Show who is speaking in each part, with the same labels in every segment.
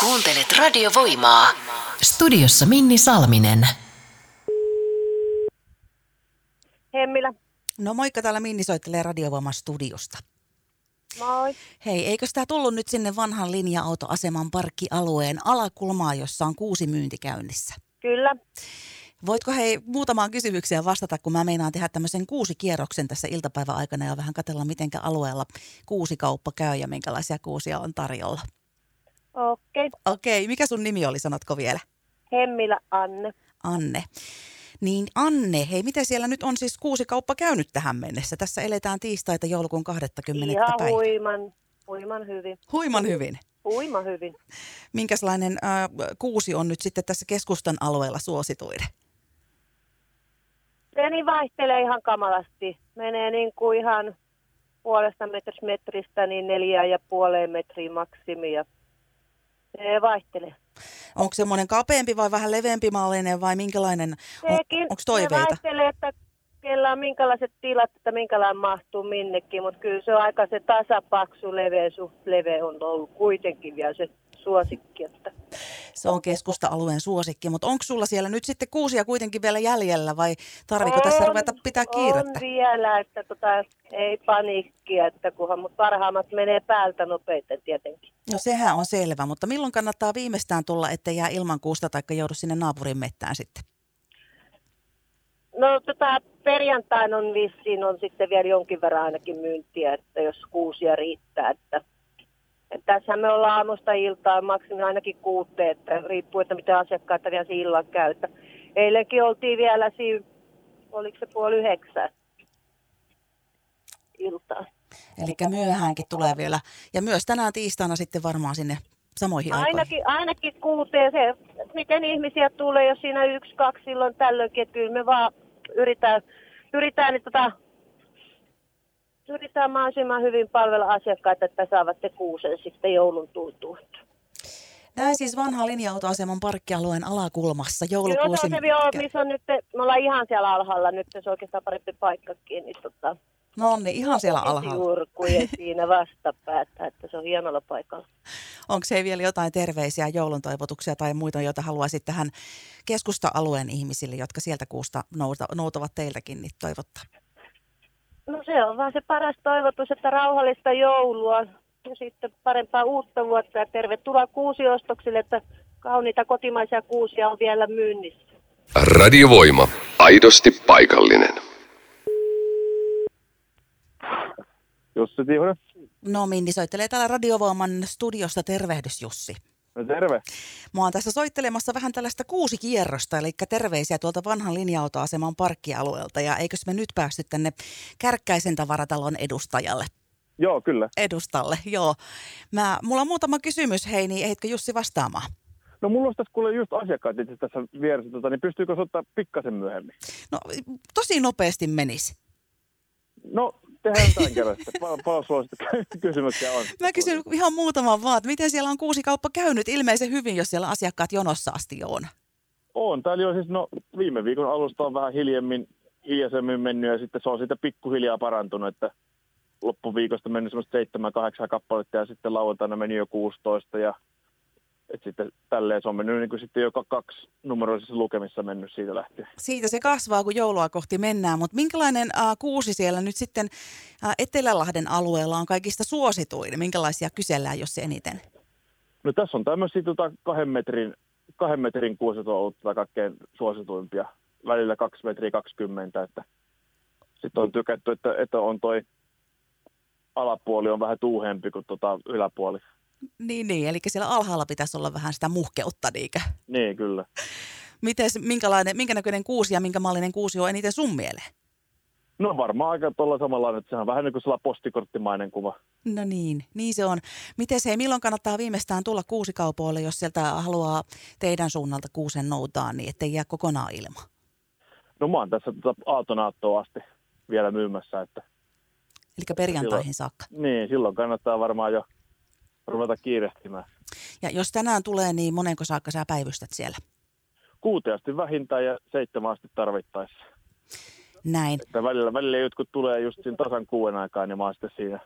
Speaker 1: Kuuntelet radiovoimaa. Studiossa Minni Salminen.
Speaker 2: Hemmilä,
Speaker 3: No moikka, täällä Minni soittelee Radiovoiman studiosta.
Speaker 2: moi.
Speaker 3: Hei, eikö tämä tullut nyt sinne vanhan linja-autoaseman parkkialueen alakulmaa, jossa on kuusi myyntikäynnissä?
Speaker 2: Kyllä,
Speaker 3: Voitko hei muutamaan kysymykseen vastata, kun mä meinaan tehdä tämmöisen kuusi kierroksen tässä iltapäivän aikana ja vähän katella, mitenkä alueella kuusi kauppa käy ja minkälaisia kuusia on tarjolla.
Speaker 2: okei. Okay.
Speaker 3: Okei, mikä sun nimi oli, sanotko vielä?
Speaker 2: Hemmilä, Anne.
Speaker 3: Anne. Niin Anne, hei, miten siellä nyt on siis kuusi kauppa käynyt tähän mennessä? Tässä eletään tiistaita joulukuun 20.
Speaker 2: Ihan
Speaker 3: päivä.
Speaker 2: huiman, huiman hyvin.
Speaker 3: Huiman hyvin.
Speaker 2: Huima hyvin.
Speaker 3: Minkäslainen äh, kuusi on nyt sitten tässä keskustan alueella suosituin?
Speaker 2: Se niin vaihtelee ihan kamalasti. Menee niin kuin ihan puolesta metristä metristä niin neljään ja puoleen metriin maksimi ja se vaihtelee.
Speaker 3: Onko semmoinen kapeampi vai vähän leveämpi mallinen vai minkälainen? On,
Speaker 2: Sekin
Speaker 3: Onko
Speaker 2: Se
Speaker 3: toiveita?
Speaker 2: vaihtelee, että kellä on minkälaiset tilat, että minkälainen mahtuu minnekin, mutta kyllä se on aika se tasapaksu leveä, suht leveä on ollut kuitenkin vielä se suosikki. Että.
Speaker 3: Se on keskusta-alueen suosikki, mutta onko sulla siellä nyt sitten kuusia kuitenkin vielä jäljellä vai tarviko niinku tässä
Speaker 2: On-
Speaker 3: ruveta pitää
Speaker 2: On
Speaker 3: kiirettä?
Speaker 2: vielä, että tota, ei paniikkia, että kunhan mut parhaimmat menee päältä nopeiten tietenkin.
Speaker 3: No sehän on selvä, mutta milloin kannattaa viimeistään tulla, ettei jää ilman kuusta tai joudu sinne naapurin mettään sitten?
Speaker 2: No tota, perjantain on vissiin on sitten vielä jonkin verran ainakin myyntiä, että jos kuusia riittää. Että, että tässä me ollaan aamusta iltaan maksimi ainakin kuuteen, että riippuu, että mitä asiakkaita vielä siinä illalla käy. Että eilenkin oltiin vielä siinä, oliko se puoli yhdeksän iltaan.
Speaker 3: Eli myöhäänkin tulee vielä. Ja myös tänään tiistaina sitten varmaan sinne samoihin aikoihin.
Speaker 2: Ainakin, ainakin kuuteen se, että miten ihmisiä tulee, jos siinä yksi, kaksi silloin tällöinkin, että kyllä me vaan yritetään, yritetään, niin tota, yritetään mahdollisimman hyvin palvella asiakkaita, että saavat te kuusen sitten joulun tultuun.
Speaker 3: Näin siis vanha linja-autoaseman parkkialueen alakulmassa
Speaker 2: Kyllä se
Speaker 3: joulukuusi.
Speaker 2: on se vielä, missä on nyt, me ollaan ihan siellä alhaalla nyt, se on oikeastaan parempi paikkakin, niin tota,
Speaker 3: No niin, ihan siellä alhaalla.
Speaker 2: esiurkuja siinä vastapäätä, että se on hienolla paikalla.
Speaker 3: Onko se vielä jotain terveisiä joulun toivotuksia tai muita, joita haluaisit tähän keskusta-alueen ihmisille, jotka sieltä kuusta nouta, noutavat teiltäkin, niin toivottaa?
Speaker 2: No se on vaan se paras toivotus, että rauhallista joulua ja sitten parempaa uutta vuotta ja tervetuloa kuusiostoksille, että kauniita kotimaisia kuusia on vielä myynnissä.
Speaker 4: Radiovoima. Aidosti paikallinen.
Speaker 5: Jussi Tihunen.
Speaker 3: No Minni soittelee täällä Radiovoiman studiosta. Tervehdys Jussi.
Speaker 5: No terve.
Speaker 3: Mä oon tässä soittelemassa vähän tällaista kuusi kierrosta, eli terveisiä tuolta vanhan linja-autoaseman parkkialueelta. Ja eikös me nyt päästy tänne Kärkkäisen tavaratalon edustajalle?
Speaker 5: Joo, kyllä.
Speaker 3: Edustalle, joo. Mä, mulla on muutama kysymys, hei, niin ehditkö Jussi vastaamaan?
Speaker 5: No mulla on tässä kuule just asiakkaat itse tässä vieressä, tota, niin pystyykö se ottaa pikkasen myöhemmin?
Speaker 3: No tosi nopeasti menisi.
Speaker 5: No, tehdään jotain kerran sitten. Pal- paljon sulla sitten kysymyksiä on.
Speaker 3: Mä kysyn ihan muutaman vaan, että miten siellä on kuusi kauppa käynyt ilmeisen hyvin, jos siellä asiakkaat jonossa asti on.
Speaker 5: On, täällä on siis, no viime viikon alusta on vähän hiljemmin, hiljaisemmin mennyt ja sitten se on siitä pikkuhiljaa parantunut, että loppuviikosta mennyt semmoista 7-8 kappaletta ja sitten lauantaina meni jo 16 ja et sitten tälleen se on mennyt niin kuin sitten joka kaksi numeroisissa lukemissa mennyt siitä lähtien.
Speaker 3: Siitä se kasvaa, kun joulua kohti mennään, mutta minkälainen äh, kuusi siellä nyt sitten äh, Etelälahden alueella on kaikista suosituin? Minkälaisia kysellään, jos se eniten?
Speaker 5: No tässä on tämmöisiä tota, kahden metrin, kahden metrin kuuset on ollut tota, kaikkein suosituimpia. Välillä 2 metriä 20, että sitten on tykätty, että, että on toi alapuoli on vähän tuuhempi kuin tota yläpuoli.
Speaker 3: Niin, niin, eli siellä alhaalla pitäisi olla vähän sitä muhkeutta, niinkö?
Speaker 5: Niin, kyllä.
Speaker 3: Mites, minkälainen, minkä näköinen kuusi ja minkä mallinen kuusi on eniten sun mieleen?
Speaker 5: No varmaan aika tuolla samanlainen, että sehän on vähän niin kuin sellainen postikorttimainen kuva.
Speaker 3: No niin, niin se on. Mites hei, milloin kannattaa viimeistään tulla kuusikaupoille, jos sieltä haluaa teidän suunnalta kuusen noutaan, niin ettei jää kokonaan ilma?
Speaker 5: No mä oon tässä tota aatonaattoa asti vielä myymässä, että
Speaker 3: Eli perjantaihin saakka.
Speaker 5: niin, silloin kannattaa varmaan jo ruveta kiirehtimään.
Speaker 3: Ja jos tänään tulee, niin monenko saakka sä päivystät siellä?
Speaker 5: Kuuteasti vähintään ja seitsemän asti tarvittaessa.
Speaker 3: Näin.
Speaker 5: Että välillä, välillä jotkut tulee just siinä tasan kuuden aikaan, niin mä oon sitten siinä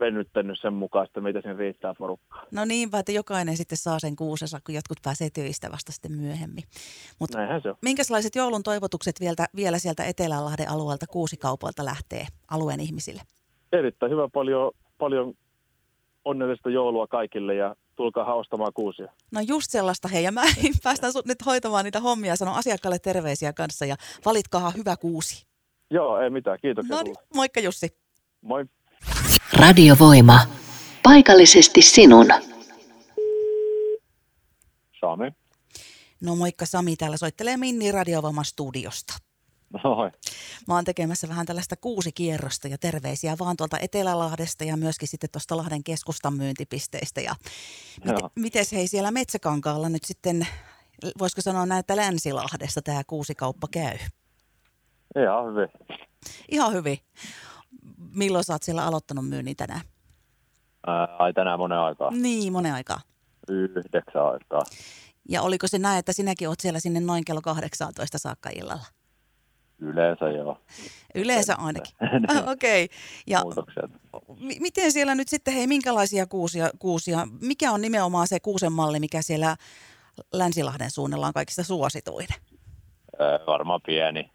Speaker 5: venyttänyt sen mukaan, että mitä sen riittää porukkaa.
Speaker 3: No niinpä, että jokainen sitten saa sen kuusensa, kun jotkut pääsee töistä vasta sitten myöhemmin. Mut
Speaker 5: Näinhän se on.
Speaker 3: minkälaiset joulun toivotukset vielä, vielä sieltä Etelänlahden alueelta kuusikaupoilta lähtee alueen ihmisille?
Speaker 5: Erittäin hyvä, paljon, paljon onnellista joulua kaikille ja tulkaa haustamaan kuusia.
Speaker 3: No just sellaista hei, ja mä päästän sut nyt hoitamaan niitä hommia, sanon asiakkaalle terveisiä kanssa ja valitkahan hyvä kuusi.
Speaker 5: Joo, ei mitään, kiitoksia
Speaker 3: No niin,
Speaker 5: sulle.
Speaker 3: moikka Jussi.
Speaker 5: Moi.
Speaker 1: Radiovoima. Paikallisesti sinun.
Speaker 5: Sami.
Speaker 3: No moikka Sami, täällä soittelee Minni Radiovoiman studiosta.
Speaker 5: Moi.
Speaker 3: Mä oon tekemässä vähän tällaista kuusi kierrosta ja terveisiä vaan tuolta Etelälahdesta ja myöskin sitten tuosta Lahden keskustan myyntipisteistä. Ja mit,
Speaker 5: Joo.
Speaker 3: mites hei siellä Metsäkankaalla nyt sitten, voisiko sanoa näin, että Länsilahdessa tämä kuusikauppa käy?
Speaker 5: Ihan hyvin.
Speaker 3: Ihan hyvin. Milloin sä oot siellä aloittanut myynnin tänään?
Speaker 5: Ää, ai tänään monen aikaa.
Speaker 3: Niin, monen aikaa.
Speaker 5: Yhdeksän aikaa.
Speaker 3: Ja oliko se näin, että sinäkin oot siellä sinne noin kello 18 saakka illalla?
Speaker 5: Yleensä joo.
Speaker 3: Yleensä ainakin. Ah, Okei. Okay. Ja
Speaker 5: Muutokset.
Speaker 3: mi- miten siellä nyt sitten, hei, minkälaisia kuusia, kuusia, mikä on nimenomaan se kuusen malli, mikä siellä Länsilahden suunnilla on kaikista suosituin?
Speaker 5: Ää, varmaan pieni.
Speaker 3: Niin.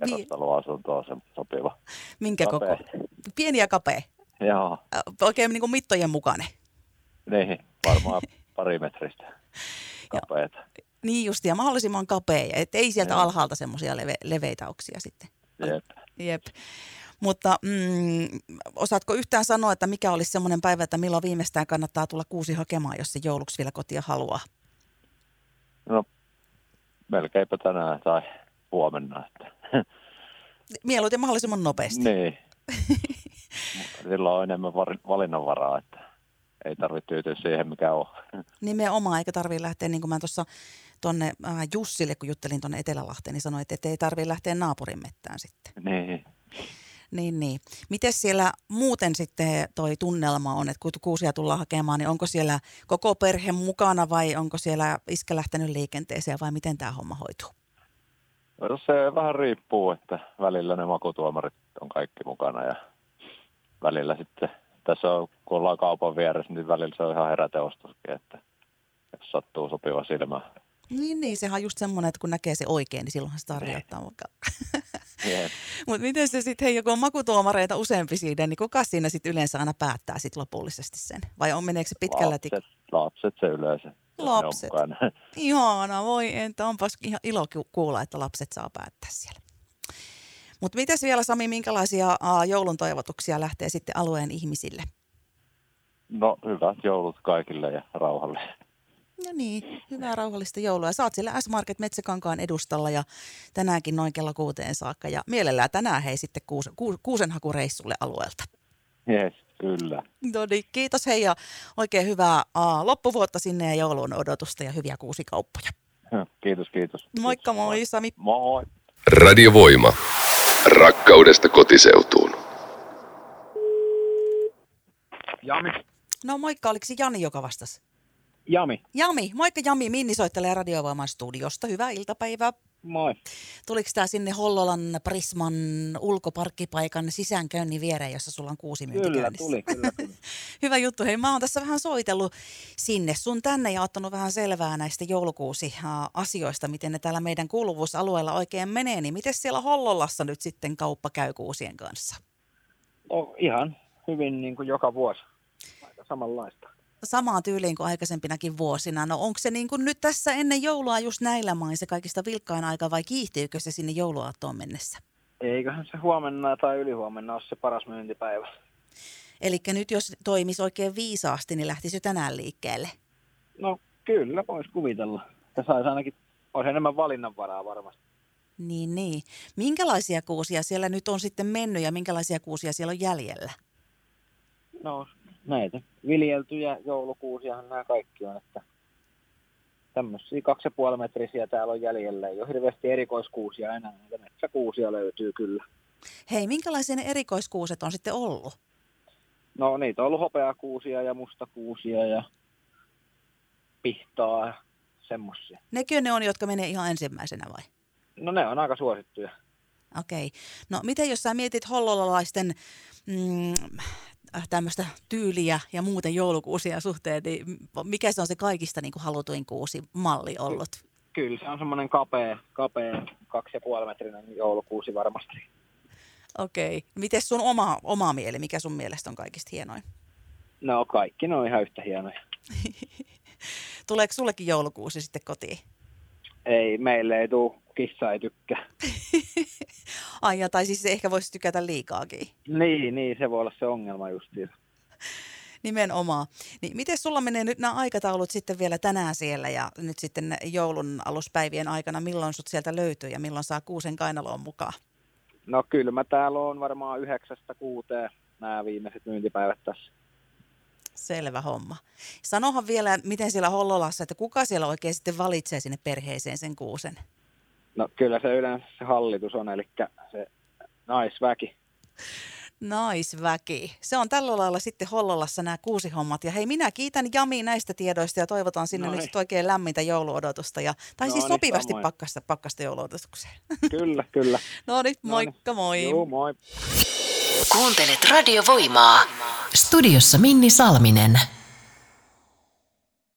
Speaker 5: Kerrostaloasunto on se sopiva.
Speaker 3: Minkä
Speaker 5: Kapea.
Speaker 3: koko? Pieni ja kapea.
Speaker 5: Joo,
Speaker 3: Äh, Oikein niin kuin mittojen mukainen.
Speaker 5: niin. Varmaan pari metristä. Kapeeta.
Speaker 3: Niin just, ja mahdollisimman kapea, et ei sieltä
Speaker 5: Joo.
Speaker 3: alhaalta semmoisia leve, leveitä oksia sitten.
Speaker 5: Jep.
Speaker 3: Jep. Mutta mm, osaatko yhtään sanoa, että mikä olisi semmoinen päivä, että milloin viimeistään kannattaa tulla kuusi hakemaan, jos se jouluksi vielä kotia haluaa?
Speaker 5: No, melkeinpä tänään tai huomenna. Että.
Speaker 3: Mieluiten mahdollisimman nopeasti.
Speaker 5: niin. Mutta Silloin on enemmän var- valinnanvaraa, että ei tarvitse tyytyä siihen, mikä on.
Speaker 3: Nimenomaan, eikä tarvitse lähteä, niin kuin mä tuossa tuonne äh, Jussille, kun juttelin tuonne Etelälahteen, niin sanoit, että ei tarvitse lähteä naapurin mettään sitten.
Speaker 5: niin.
Speaker 3: Niin, niin. Miten siellä muuten sitten toi tunnelma on, että kun kuusia tullaan hakemaan, niin onko siellä koko perhe mukana vai onko siellä iskä lähtenyt liikenteeseen vai miten tämä homma hoituu?
Speaker 5: No Se vähän riippuu, että välillä ne makutuomarit on kaikki mukana ja välillä sitten, tässä on, kun ollaan kaupan vieressä, niin välillä se on ihan heräteostoskin, että jos sattuu sopiva silmä.
Speaker 3: Niin, niin, sehän on just semmoinen, että kun näkee se oikein, niin silloinhan se tarjottaa. Mutta
Speaker 5: Jep.
Speaker 3: mut miten se sitten, hei, joku on makutuomareita useampi siinä, niin kuka siinä sitten yleensä aina päättää sit lopullisesti sen? Vai on meneekö se pitkällä tik-
Speaker 5: Lapset, lapset se yleensä. jos ne on
Speaker 3: Lapset.
Speaker 5: mukana.
Speaker 3: Ihana, voi entä, onpas ihan ilo ku- kuulla, että lapset saa päättää siellä. Mutta mitäs vielä Sami, minkälaisia aa, joulun toivotuksia lähtee sitten alueen ihmisille?
Speaker 5: No hyvät joulut kaikille ja rauhalle.
Speaker 3: No niin, hyvää rauhallista joulua. Ja Sä oot siellä S-Market Metsäkankaan edustalla ja tänäänkin noin kello kuuteen saakka. Ja mielellään tänään hei sitten kuus, ku, kuusenhakureissulle alueelta.
Speaker 5: Jes, kyllä.
Speaker 3: No niin, kiitos hei ja oikein hyvää aa, loppuvuotta sinne ja joulun odotusta ja hyviä kuusikauppoja.
Speaker 5: Kiitos, kiitos.
Speaker 3: Moikka moi Sami.
Speaker 5: Moi.
Speaker 4: Radiovoima. Rakkaudesta kotiseutuun.
Speaker 5: Jami.
Speaker 3: No moikka, oliko se Jani, joka vastasi?
Speaker 5: Jami.
Speaker 3: Jami, moikka Jami, Minni soittelee Radiovoiman studiosta. Hyvää iltapäivää.
Speaker 5: Moi.
Speaker 3: Tuliko tämä sinne Hollolan Prisman ulkoparkkipaikan sisäänkäynnin viereen, jossa sulla on kuusi myyntikäynnissä?
Speaker 5: kyllä.
Speaker 3: Hyvä juttu. Hei, mä oon tässä vähän soitellut sinne sun tänne ja ottanut vähän selvää näistä joulukuusi-asioista, miten ne täällä meidän kuuluvuusalueella oikein menee. Niin miten siellä Hollolassa nyt sitten kauppa käy kuusien kanssa?
Speaker 6: No, ihan hyvin niin kuin joka vuosi. Aika samanlaista.
Speaker 3: Samaan tyyliin kuin aikaisempinakin vuosina. No onko se niin kuin nyt tässä ennen joulua just näillä main se kaikista vilkkain aika vai kiihtyykö se sinne jouluaattoon mennessä?
Speaker 6: Eiköhän se huomenna tai ylihuomenna ole se paras myyntipäivä.
Speaker 3: Eli nyt jos toimisi oikein viisaasti, niin lähtisi jo tänään liikkeelle.
Speaker 6: No kyllä, voisi kuvitella. Tässä saisi ainakin, olisi enemmän valinnanvaraa varmasti.
Speaker 3: Niin, niin. Minkälaisia kuusia siellä nyt on sitten mennyt ja minkälaisia kuusia siellä on jäljellä?
Speaker 6: No näitä viljeltyjä joulukuusiahan nämä kaikki on, että tämmöisiä kaksi ja puoli metrisiä täällä on jäljellä. Ei ole hirveästi erikoiskuusia enää, näitä metsäkuusia löytyy kyllä.
Speaker 3: Hei, minkälaisia ne erikoiskuuset on sitten ollut?
Speaker 6: No niitä on ollut hopeakuusia ja mustakuusia ja pihtaa ja semmoisia.
Speaker 3: Nekö ne on, jotka menee ihan ensimmäisenä vai?
Speaker 6: No ne on aika suosittuja.
Speaker 3: Okei. No miten jos sä mietit hollolalaisten mm, äh, tämmöistä tyyliä ja muuten joulukuusien suhteen, niin m- mikä se on se kaikista niin kuin halutuin kuusi malli ollut?
Speaker 6: Kyllä se on semmoinen kapea, kapea kaksi ja puoli metrinen joulukuusi varmasti.
Speaker 3: Okei. Okay. Miten sun oma, oma mieli, mikä sun mielestä on kaikista hienoin?
Speaker 6: No kaikki ne on ihan yhtä hienoja.
Speaker 3: Tuleeko sullekin joulukuusi sitten kotiin?
Speaker 6: Ei, meille ei tuu, kissa ei tykkää.
Speaker 3: Ai ja, tai siis se ehkä voisi tykätä liikaakin.
Speaker 6: Niin, niin, se voi olla se ongelma justiin.
Speaker 3: Nimenomaan. Niin miten sulla menee nyt nämä aikataulut sitten vielä tänään siellä ja nyt sitten joulun aluspäivien aikana, milloin sut sieltä löytyy ja milloin saa kuusen kainaloon mukaan?
Speaker 6: No kyllä mä täällä on varmaan yhdeksästä kuuteen nämä viimeiset myyntipäivät tässä.
Speaker 3: Selvä homma. Sanohan vielä, miten siellä Hollolassa, että kuka siellä oikein sitten valitsee sinne perheeseen sen kuusen?
Speaker 6: No kyllä se yleensä se hallitus on, eli se naisväki.
Speaker 3: Naisväki. Se on tällä lailla sitten Hollolassa nämä kuusi hommat. Ja hei, minä kiitän Jami näistä tiedoista ja toivotan sinne
Speaker 6: Noniin.
Speaker 3: nyt sitten oikein lämmintä jouluodotusta. Ja, tai siis
Speaker 6: Noniin,
Speaker 3: sopivasti
Speaker 6: samoin.
Speaker 3: pakkasta, pakkasta jouluodotukseen.
Speaker 6: Kyllä, kyllä.
Speaker 3: No niin,
Speaker 6: Noniin.
Speaker 3: moikka moi.
Speaker 6: Juu, moi.
Speaker 1: Kuuntelet radiovoimaa. Studiossa Minni Salminen.